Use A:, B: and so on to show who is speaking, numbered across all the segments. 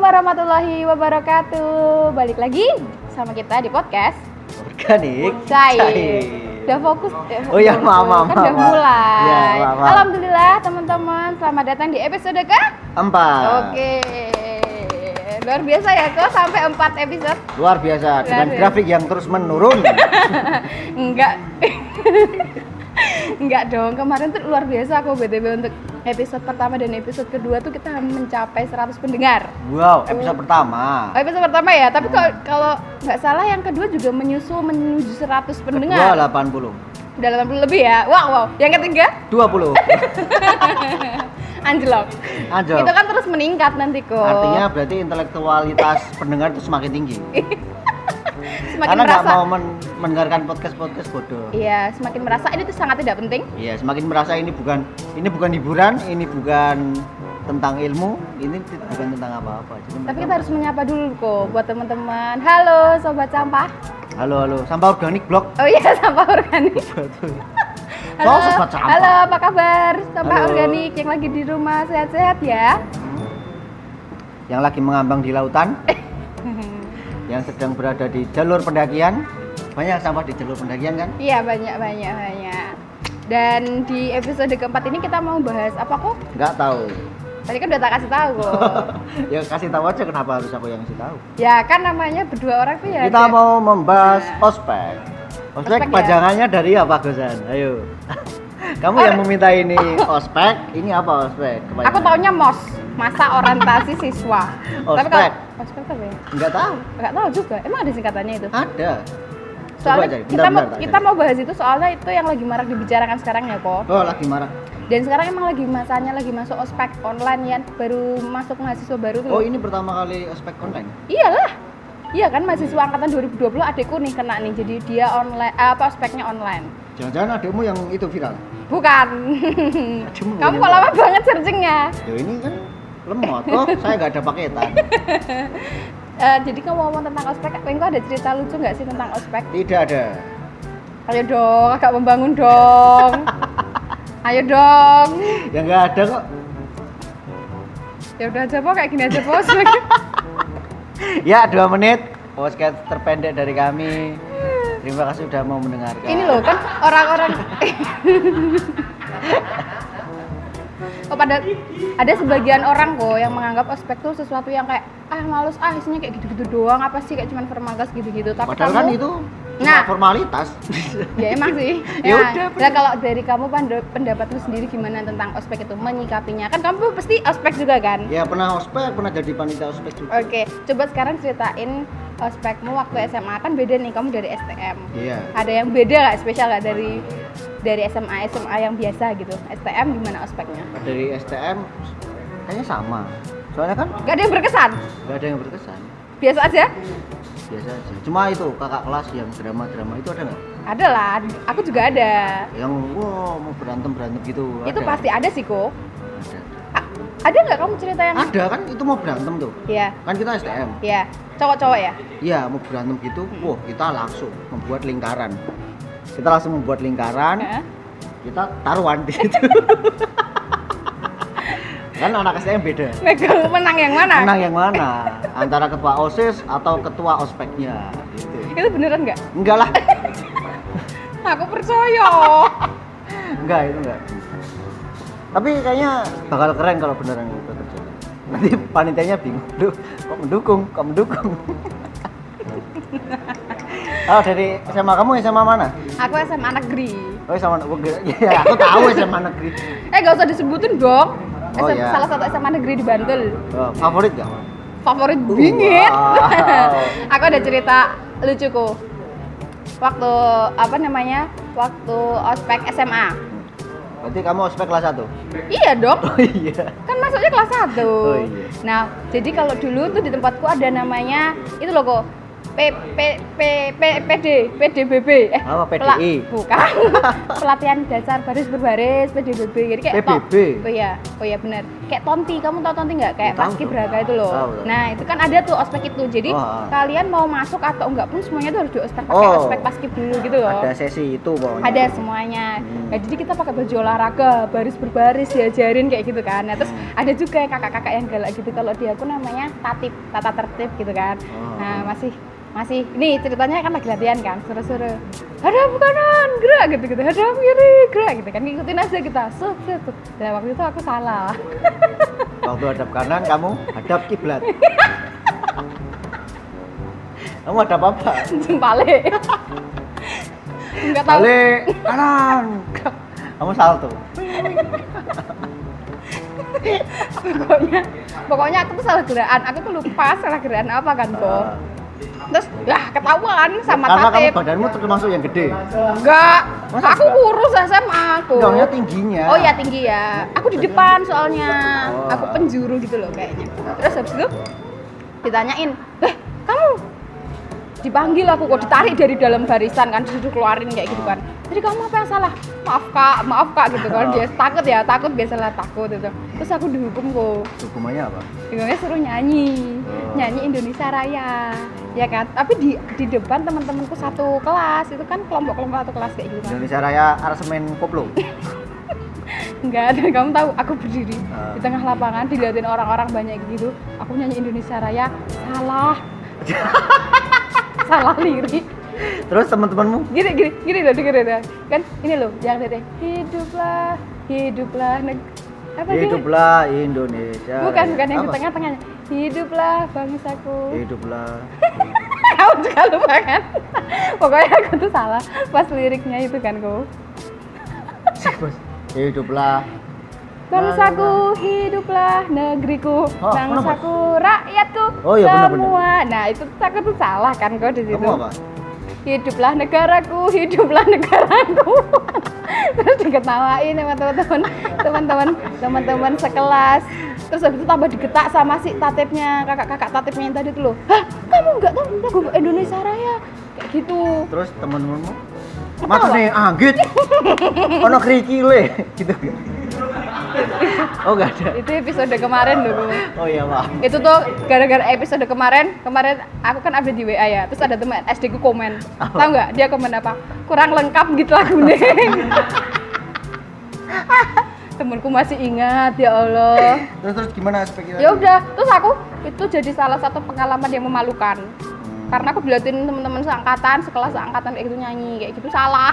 A: warahmatullahi wabarakatuh. Balik lagi sama kita di podcast
B: organik
A: Cair. Udah fokus. eh,
B: Oh iya,
A: fokus.
B: maaf, maaf,
A: Kan udah
B: maaf.
A: mulai.
B: Iya, maaf, maaf.
A: Alhamdulillah teman-teman, selamat datang di episode ke
B: empat
A: Oke. Luar biasa ya kok sampai 4 episode.
B: luar biasa dengan
A: biasa.
B: grafik yang terus menurun
A: Enggak. Enggak dong, kemarin tuh luar biasa aku BTW untuk episode pertama dan episode kedua tuh kita mencapai 100 pendengar.
B: wow episode pertama
A: Oh, episode pertama ya, tapi kalau kalau nggak salah yang kedua juga menyusul menuju 100
B: kedua
A: pendengar.
B: 80
A: Udah 80 lebih ya. Wow, wow. Yang ketiga
B: 20
A: anjlok.
B: aja
A: Itu kan Oh. terus meningkat nanti kok.
B: artinya berarti intelektualitas pendengar itu semakin tinggi
A: semakin
B: karena nggak
A: merasa
B: mau men- mendengarkan podcast podcast bodoh
A: Iya, semakin merasa ini tuh sangat tidak penting.
B: Iya, semakin merasa ini bukan ini bukan hiburan, ini bukan tentang ilmu, ini t- bukan tentang apa-apa. Jadi
A: Tapi
B: mereka-
A: kita harus menyapa dulu kok buat teman-teman. Halo sobat sampah.
B: Halo, halo. Sampah organik blok.
A: Oh iya, sampah organik.
B: Halo, sobat sampah.
A: Halo, apa kabar? Sampah
B: Halo.
A: organik yang lagi di rumah sehat-sehat ya.
B: Yang lagi mengambang di lautan,
A: Eh.
B: yang sedang berada di jalur pendakian. Banyak sampah di jalur pendakian kan?
A: Iya, banyak banyak banyak. Dan di episode keempat ini kita mau bahas apa kok?
B: Nggak tahu.
A: Tadi kan udah tak kasih tahu kok.
B: ya kasih tahu aja kenapa harus aku yang kasih tahu.
A: ya kan namanya berdua orang tuh ya.
B: Kita
A: ada-
B: mau membahas
A: Nah.
B: ospek. Ospek
A: Ospek ya?
B: pajangannya dari apa, Gozan? Ayo. Kamu yang meminta ini ospek, ini apa ospek? Kebanyakan.
A: Aku taunya MOS, masa orientasi siswa. Tapi kalau ospek apa ya?
B: nggak tahu.
A: Enggak tahu juga. Emang ada singkatannya itu?
B: Ada.
A: Soalnya
B: cari.
A: kita
B: Bentar,
A: mau
B: bentar, tak
A: kita
B: cari.
A: mau bahas itu soalnya itu yang lagi marak dibicarakan sekarang ya kok.
B: Oh, lagi marah.
A: Dan sekarang emang lagi masanya lagi masuk ospek online ya, baru masuk mahasiswa baru tuh.
B: Oh, ini pertama kali ospek online.
A: Iyalah. Iya kan mahasiswa angkatan 2020 adikku nih kena nih. Jadi dia online eh, apa ospeknya online.
B: Jangan-jangan adikmu yang itu viral.
A: Bukan.
B: Adikmu
A: Kamu
B: yang-
A: kok lama banget searchingnya.
B: Ya ini kan lemot. Oh, saya nggak ada paketan.
A: Eh, jadi kamu ngomong tentang ospek, Pengko ada cerita lucu nggak sih tentang ospek?
B: Tidak ada.
A: Ayo dong, agak membangun dong. Ayo dong.
B: Ya nggak ada kok.
A: Ya udah aja po, kayak gini aja po. ospek.
B: Ya, dua menit. Podcast terpendek dari kami. Terima kasih sudah mau mendengarkan.
A: Ini loh kan orang-orang. oh pada ada sebagian orang kok yang menganggap ospek tuh sesuatu yang kayak ah males ah isinya kayak gitu-gitu doang apa sih kayak cuman formalitas gitu-gitu tapi
B: Padahal
A: kamu
B: kan itu cuma
A: Nah.
B: formalitas.
A: ya emang sih
B: Ya
A: Nah,
B: udah,
A: nah, kalau dari kamu pand- pendapatmu sendiri gimana tentang ospek itu menyikapinya kan kamu pasti ospek juga kan
B: ya pernah ospek, pernah jadi panitia ospek juga.
A: Oke, coba sekarang ceritain ospekmu waktu SMA kan beda nih kamu dari STM.
B: Iya.
A: Ada yang beda nggak spesial nggak dari dari SMA SMA yang biasa gitu? STM gimana ospeknya?
B: Dari STM kayaknya sama. Soalnya kan
A: Gak ada yang berkesan,
B: nggak ada yang berkesan.
A: biasa aja.
B: biasa aja cuma itu kakak kelas yang drama drama itu ada nggak
A: Ada lah, aku juga ada.
B: yang wow mau berantem berantem gitu
A: Itu
B: ada.
A: pasti ada sih kok.
B: ada.
A: A- ada nggak kamu cerita yang?
B: ada kan itu mau berantem tuh
A: Iya,
B: kan kita STM
A: iya. Cowok-cowok ya.
B: iya mau berantem gitu wow kita langsung membuat lingkaran kita langsung membuat lingkaran
A: Heeh.
B: kita taruhan di situ kan anak STM beda
A: Megang menang yang mana?
B: menang yang mana antara ketua osis atau ketua ospeknya gitu
A: Itu beneran nggak?
B: enggak lah
A: Aku percaya.
B: Enggak, itu enggak. Tapi kayaknya bakal keren kalau beneran itu terjadi. Nanti panitianya bingung, Duh, kok mendukung, kok mendukung. oh, dari SMA kamu SMA mana?
A: aku SMA negeri.
B: Oh, SMA negeri. Ya, aku tahu SMA negeri.
A: Eh gak usah disebutin dong.
B: Oh,
A: SM
B: iya.
A: Salah satu SMA negeri di Bantul.
B: Oh, favorit gak?
A: favorit bingit.
B: Wow.
A: aku ada cerita lucuku. Waktu apa namanya? Waktu ospek SMA.
B: Berarti kamu ospek kelas 1?
A: Iya dong,
B: Oh iya.
A: kan masuknya kelas 1.
B: Oh, iya.
A: Nah, jadi kalau dulu tuh di tempatku ada namanya itu loh kok P, P, P, P, PD, PDBB eh
B: Apa,
A: pela-
B: PDI?
A: bukan pelatihan dasar baris berbaris PDBB jadi kayak
B: PBB.
A: oh iya Oh iya benar. Kayak Tonti, kamu tau Tonti nggak? Kayak
B: Iya, Tahu
A: Paski
B: dong. Ah,
A: Braga itu loh.
B: Tahu dong.
A: Nah itu kan ada tuh ospek itu. Jadi
B: Wah.
A: kalian mau masuk atau enggak pun semuanya tuh harus di ospek pakai
B: Oh.
A: ospek Paski dulu gitu loh.
B: Ada sesi itu pokoknya.
A: Ada semuanya.
B: Hmm.
A: Nah, jadi kita pakai baju olahraga, baris berbaris diajarin kayak gitu kan. Nah, terus ada juga yang kakak-kakak yang galak gitu. Kalau dia aku namanya tatip, tata tertib gitu kan.
B: Oh.
A: Nah, masih masih nih ceritanya kan lagi latihan kan suruh-suruh hadap kanan gerak gitu gitu hadap kiri gerak gitu kan ngikutin aja kita set set set. Nah, waktu itu aku salah
B: Waktu hadap kanan kamu hadap kiblat. kamu hadap apa?
A: jempale nggak tahu
B: Balik kanan. kamu salto.
A: pokoknya pokoknya aku tuh salah gerakan aku tuh lupa salah gerakan apa kan kok
B: Ah.
A: terus ya ketahuan sama
B: Karena kamu
A: tatip
B: badanmu termasuk yang gede.
A: enggak
B: Masa
A: aku
B: enggak?
A: kurus SMA aku
B: Enggaknya tingginya.
A: oh ya tinggi ya aku di depan soalnya
B: Oh.
A: aku penjuru gitu loh kayaknya terus habis itu ditanyain eh kamu dipanggil aku kok ditarik dari dalam barisan kan disuruh keluarin kayak gitu kan jadi kamu apa yang salah maaf kak maaf kak gitu kan
B: Oh.
A: dia takut ya takut biasalah takut gitu terus aku dihukum kok
B: Hukumannya apa?
A: Bingungnya suruh nyanyi,
B: Oh.
A: nyanyi Indonesia Raya, ya kan? Tapi di di depan teman-temanku satu kelas itu kan kelompok-kelompok satu kelas kayak gitu kan?
B: Indonesia Raya Arsemen Koplo.
A: Enggak, dan kamu tahu aku berdiri
B: Ah.
A: di tengah lapangan diliatin orang-orang banyak gitu, aku nyanyi Indonesia Raya salah, salah lirik.
B: Terus teman-temanmu
A: Gini gini gini loh, gini loh, kan? Ini loh, yang tadi hiduplah, hiduplah neg- apa gini?
B: hiduplah Indonesia.
A: Bukan bukan yang di
B: Apa? Iya.
A: tengah-tengahnya, hiduplah bangsaku.
B: Hiduplah.
A: kamu juga lupa kan pokoknya aku tuh salah pas liriknya itu kan ku
B: Ya, Hiduplah.
A: bangsaku hiduplah negeriku
B: Nah, Oh,
A: bangsaku rakyatku
B: Oh, iya, benar,
A: semua nah itu tuh aku tuh salah kan kau di situ
B: Kamu apa?
A: hiduplah negaraku hiduplah negaraku terus diketawain sama teman-teman teman-teman teman-teman sekelas terus habis itu tambah digetak sama si tatipnya kakak-kakak tatipnya yang tadi tuh loh hah kamu nggak tahu lagu Indonesia Raya kayak gitu
B: Terus teman-temanmu Mata nih anggit. Ono krikile gitu. Oh enggak ada.
A: itu episode kemarin loh Bu.
B: Oh iya, maaf.
A: itu tuh gara-gara episode kemarin kemarin aku kan update di WA ya terus ada teman SD ku komen tau nggak dia komen apa kurang lengkap gitu lagunya temanku masih ingat ya Allah
B: Terus terus gimana aspeknya?
A: ya udah terus aku itu jadi salah satu pengalaman yang memalukan karena aku diliatin teman-teman seangkatan sekelas seangkatan kayak gitu nyanyi kayak gitu salah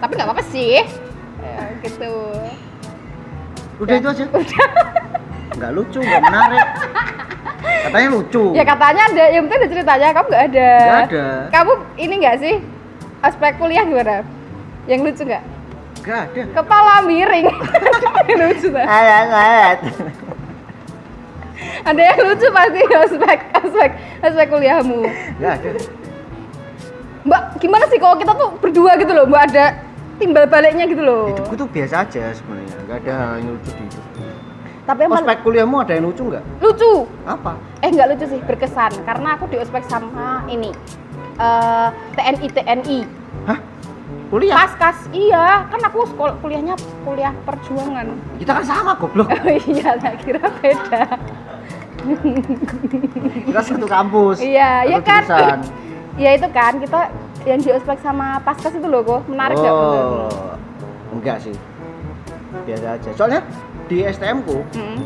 A: tapi nggak apa-apa sih ya, gitu
B: Udah itu aja. Udah. Enggak lucu, enggak menarik. Katanya lucu.
A: Ya katanya ada, yang penting ada ceritanya, kamu nggak ada.
B: Nggak ada.
A: Kamu ini nggak sih aspek kuliah gimana? Yang lucu nggak?
B: Enggak ada.
A: Kepala miring. Yang lucu tak?
B: Ayat, ayat.
A: Ada yang lucu pasti aspek aspek aspek kuliahmu.
B: Enggak ada.
A: Mbak, gimana sih kalau kita tuh berdua gitu loh, Mbak ada timbal baliknya gitu loh.
B: Hidupku tuh biasa aja sebenarnya. Enggak ada hal yang lucu di hidupku.
A: Tapi emang
B: Ospek kuliahmu ada yang lucu enggak?
A: lucu.
B: Apa?
A: Eh nggak lucu sih, berkesan karena aku di ospek sama ini. eh, TNI TNI
B: Hah? Kuliah?
A: pas kas iya kan aku sekolah kuliahnya kuliah perjuangan
B: Kita kan sama goblok.
A: Oh iya, tak kira beda.
B: Kita satu kampus.
A: Iya,
B: satu
A: ya kan?
B: jurusan.
A: Ya itu kan kita yang di ospek sama paskas itu loh kok menarik nggak menurutmu?
B: Oh. Enggak sih. Biasa aja. Soalnya di STM ku,
A: Mm-mm.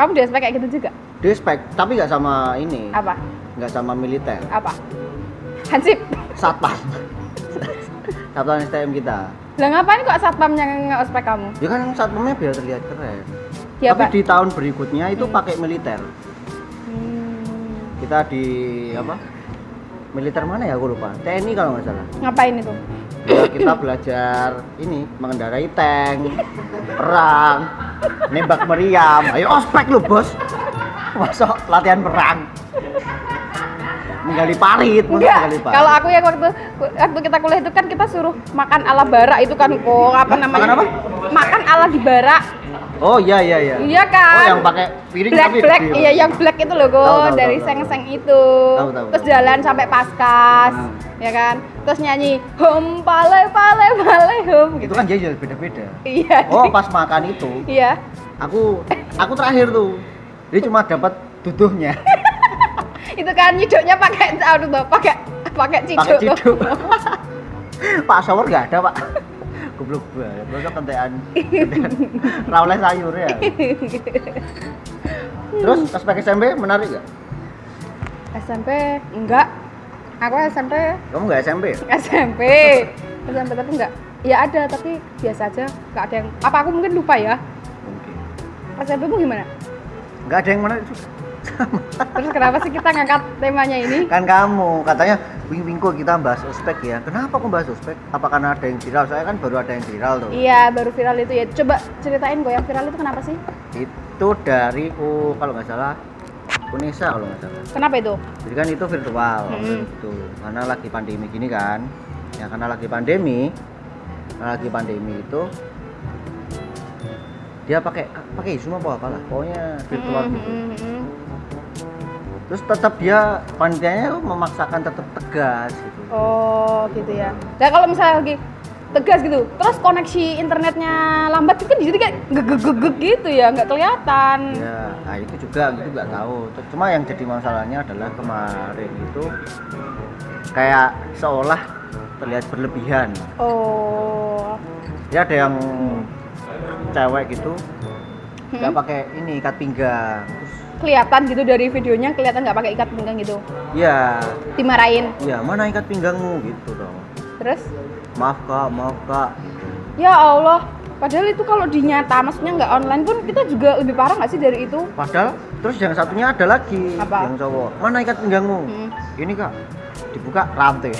A: Kamu di ospek kayak gitu juga?
B: di spek, tapi nggak sama ini,
A: Apa?
B: nggak sama militer,
A: Apa? Hansip.
B: satpam, satpam STM kita.
A: Lah ngapain kok satpamnya nge-ospek kamu?
B: Ya kan satpamnya biar terlihat keren.
A: Ya,
B: Tapi
A: Pak.
B: di tahun berikutnya itu pakai militer.
A: Hmm,
B: Kita di apa? Militer mana ya aku lupa. TNI kalau nggak salah.
A: ngapain itu?
B: Ya, kita belajar ini mengendarai tank, perang, nembak meriam. Ayo ospek lu bos. Masuk latihan perang. Menggali parit, masuk
A: Enggak,
B: menggali parit.
A: Iya, kalau aku yang waktu waktu kita kuliah itu kan kita suruh makan ala bara itu kan kok apa
B: Makan
A: namanya?
B: apa?
A: Makan ala di bara.
B: Oh iya iya iya.
A: Iya kan?
B: Oh yang pakai piring
A: black
B: tapi
A: black
B: gede.
A: iya yang black itu loh
B: Tahu,
A: Go
B: tahu,
A: dari
B: tahu,
A: seng seng itu
B: Tahu, tahu,
A: terus
B: tahu.
A: jalan sampai paskas
B: Hmm.
A: ya kan terus nyanyi hum pale pale pale hum
B: Itu
A: gitu
B: kan jadi beda-beda.
A: iya
B: Oh, pas makan itu
A: iya
B: aku aku terakhir tuh. Dia cuma dapat duduhnya,
A: itu kan nyiduknya pakai aduh Mbak, pakai pakai
B: pakai
A: ciduk
B: ciduk. Pak shower nggak ada, Pak. Goblok banget. Besok kentean. kentean. Ra oleh sayur ya. Terus pas pakai SMP menarik gak?
A: SMP enggak aku SMP
B: Kamu nggak SMP ya?
A: SMP SMP tapi enggak ya ada tapi biasa aja enggak ada yang apa aku mungkin lupa ya
B: Mungkin.
A: SMP mu gimana
B: Nggak ada yang menarik juga.
A: terus kenapa sih kita ngangkat temanya ini
B: Kan kamu katanya wing wing kok kita bahas ospek ya. Kenapa kok bahas ospek? Apa karena ada yang viral? Saya kan baru ada yang viral tuh.
A: iya baru viral itu ya coba ceritain gue yang viral itu kenapa sih
B: Itu dari U kalau nggak salah Unesa kalau nggak salah.
A: kenapa itu
B: Jadi kan itu virtual
A: Mm-mm.
B: gitu. Karena lagi pandemi gini kan. Ya karena lagi pandemi, karena lagi pandemi itu dia pakai pakai semua apa apalah pokoknya virtual
A: Mm,
B: gitu.
A: mm, mm.
B: terus tetap dia panitianya tuh memaksakan tetap tegas gitu
A: Oh gitu ya. Nah kalau misalnya lagi tegas gitu, terus koneksi internetnya lambat itu kan jadi kayak gegegegeg gitu ya, nggak kelihatan.
B: ya nah itu juga gitu nggak tahu Terus cuma yang jadi masalahnya adalah kemarin itu kayak seolah terlihat berlebihan
A: Oh.
B: ya ada yang cewek gitu nggak
A: Hmm?
B: pakai ini ikat pinggang terus
A: Kelihatan gitu dari videonya kelihatan nggak pakai ikat pinggang gitu.
B: ya
A: Dimarahin.
B: ya mana ikat pinggangmu gitu dong
A: Terus?
B: maaf kak maaf kak
A: Ya Allah. Padahal itu kalau dinyata, maksudnya nggak online pun kita juga lebih parah nggak sih dari itu?
B: padahal terus yang satunya ada lagi
A: Apa?
B: yang cowok mana ikat pinggangmu
A: Hmm.
B: ini kak dibuka rantai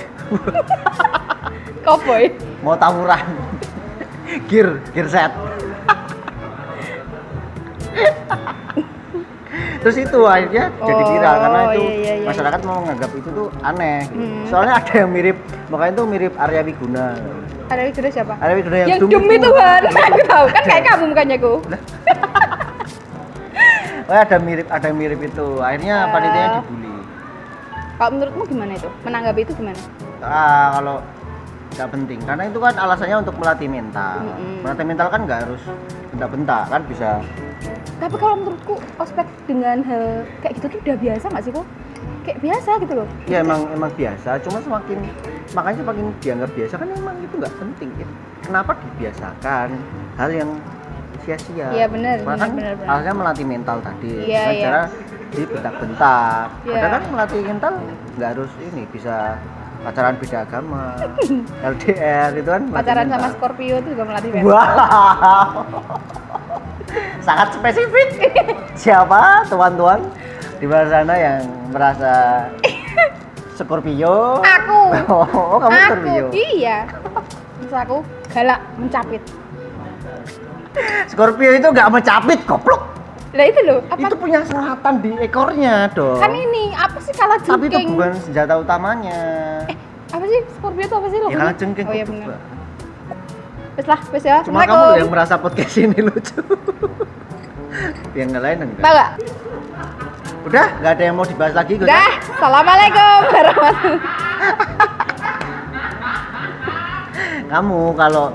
A: Cowboy.
B: mau tawuran gear gear set terus itu akhirnya jadi
A: Oh,
B: viral karena itu
A: iya, iya, iya.
B: masyarakat mau menganggap itu tuh aneh gitu.
A: Hmm.
B: soalnya ada yang mirip makanya itu mirip Arya Wiguna
A: Ada itu siapa?
B: Arya Wiguna yang,
A: Yang
B: dum
A: demi
B: itu.
A: Tuhan, aku tahu kan kayak kamu mukanya aku.
B: oh, ada mirip ada yang mirip itu akhirnya
A: Ah.
B: panitianya dibully
A: Kalau menurutmu gimana itu? Menanggapi itu gimana?
B: ah kalau nggak penting karena itu kan alasannya untuk melatih mental
A: Mm-mm.
B: melatih mental kan nggak harus bentak-bentak kan bisa
A: tapi kalau menurutku ospek dengan hal kayak gitu tuh udah biasa nggak sih kok kayak biasa gitu loh
B: ya emang emang biasa cuma semakin makanya semakin dianggap biasa kan emang itu nggak penting ya. kenapa dibiasakan hal yang sia-sia
A: Iya, bener,
B: Makanya kan
A: bener, bener, bener.
B: alasnya melatih mental tadi
A: Iya,
B: Dengan
A: iya.
B: cara dibentak-bentak
A: Iya.
B: padahal kan melatih mental nggak harus ini bisa pacaran beda agama LDR itu kan melatih
A: pacaran sama
B: mental.
A: Scorpio tuh juga melatih mental
B: wow sangat spesifik siapa tuan-tuan di luar sana yang merasa Scorpio
A: aku
B: Oh, kamu
A: aku
B: Scorpio.
A: iya terus aku galak mencapit
B: Scorpio itu nggak mencapit, goblok.
A: lah itu loh apa
B: Itu punya selatan di ekornya dong.
A: kan ini apa sih kalah
B: Tapi itu
A: jengking
B: bukan senjata utamanya.
A: apa sih Scorpio tuh apa sih lo
B: ya kalah jengking.
A: Eh, oh iya
B: goblok,
A: benar
B: Mbak.
A: terus lah wes ya
B: Cuma kamu yang merasa podcast ini lucu. yang lain
A: tau
B: enggak.
A: gak
B: Udah, nggak ada yang mau dibahas lagi. Gus.
A: dah assalamualaikum warahmatullahi
B: Kamu kalau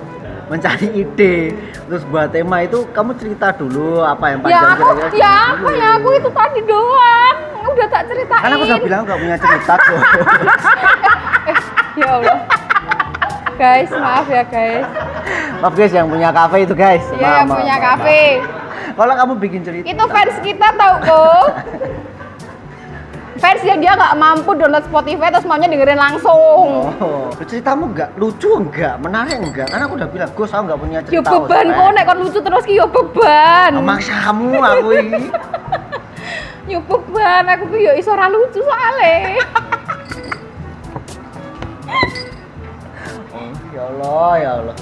B: mencari ide terus buat tema itu kamu cerita dulu apa yang
A: ya
B: panjang
A: aku
B: kira-kira
A: ya
B: cerita
A: apa
B: dulu.
A: ya aku itu tadi doang udah tak ceritain
B: Kan aku udah bilang nggak punya cerita kok.
A: ya Allah guys maaf ya guys
B: Maaf guys yang punya kafe itu guys.
A: ya
B: Maaf,
A: yang
B: maaf,
A: punya
B: maaf, maaf.
A: kafe
B: Kalau kamu bikin cerita
A: itu fans kita tau kok fans yang dia nggak mampu download Spotify terus maunya dengerin langsung
B: Oh, ceritamu enggak lucu enggak, menarik enggak? Karena aku udah bilang, gue aku enggak punya
A: yo
B: cerita.
A: Ya, beban kok nek kon lucu terus ki yo beban
B: kamu aku ini.
A: yo beban aku ki yo iso ora lucu soalnya
B: Oh, ya Allah, ya Allah.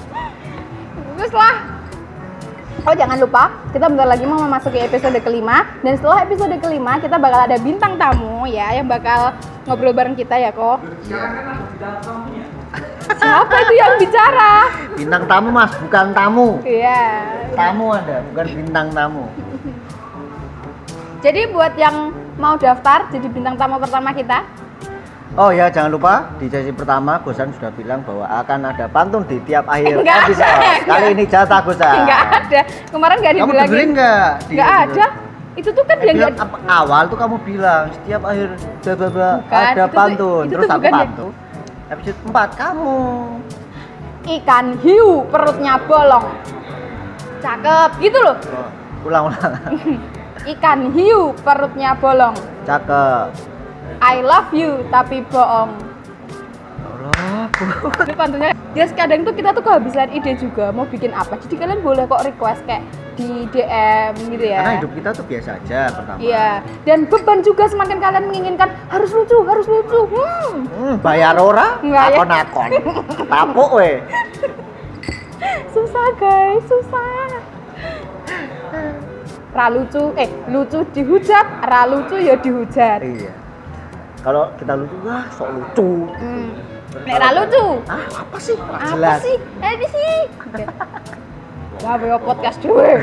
A: Terus lah. Oh jangan lupa, kita bentar lagi mau memasuki episode kelima Dan setelah episode kelima, kita bakal ada bintang tamu ya Yang bakal ngobrol bareng kita ya kok Siapa itu yang bicara?
B: Bintang tamu mas, bukan tamu.
A: Iya
B: Tamu ada, bukan bintang tamu.
A: Jadi buat yang mau daftar jadi bintang tamu pertama kita
B: Oh ya, jangan lupa di sesi pertama Gosan sudah bilang bahwa akan ada pantun di tiap akhir
A: Enggak
B: episode.
A: ada,
B: Kali
A: enggak.
B: ini jatah Gosan.
A: Enggak ada. Kemarin enggak
B: Ah. Kamu dengerin
A: dibilangin.
B: enggak? di
A: Enggak ada. Itu tuh kan dia
B: Episode
A: enggak
B: apa- awal tuh kamu bilang setiap akhir bla bla bla
A: Bukan,
B: ada
A: itu tuh-
B: pantun,
A: itu
B: terus
A: tuh
B: aku
A: bukan ya.
B: pantun. Episode 4 kamu.
A: ikan hiu perutnya bolong. Cakep gitu loh.
B: Ulang-ulang.
A: Ikan hiu perutnya bolong.
B: Cakep.
A: I love you tapi bohong.
B: Ya Allah, Bu.
A: Ini pantunya. Jadi kadang tuh kita tuh kehabisan ide juga mau bikin apa. Jadi kalian boleh kok request kayak di DM gitu ya.
B: Karena hidup kita tuh biasa aja pertama.
A: Iya, dan beban juga semakin kalian menginginkan harus lucu, harus lucu. Hmm.
B: Hmm, bayar ora,
A: Enggak ya.
B: akon-akon. Tapuk weh.
A: Susah guys, susah. Ra lucu, eh lucu dihujat, ra lucu ya dihujat.
B: Iya. Kalau kita lucu, wah sok lucu.
A: Hmm. Nek ra lucu,
B: Ah, apa sih? Kurang
A: apa
B: jelas.
A: sih? Eh di sih. Wah, wewe podcast dhewe.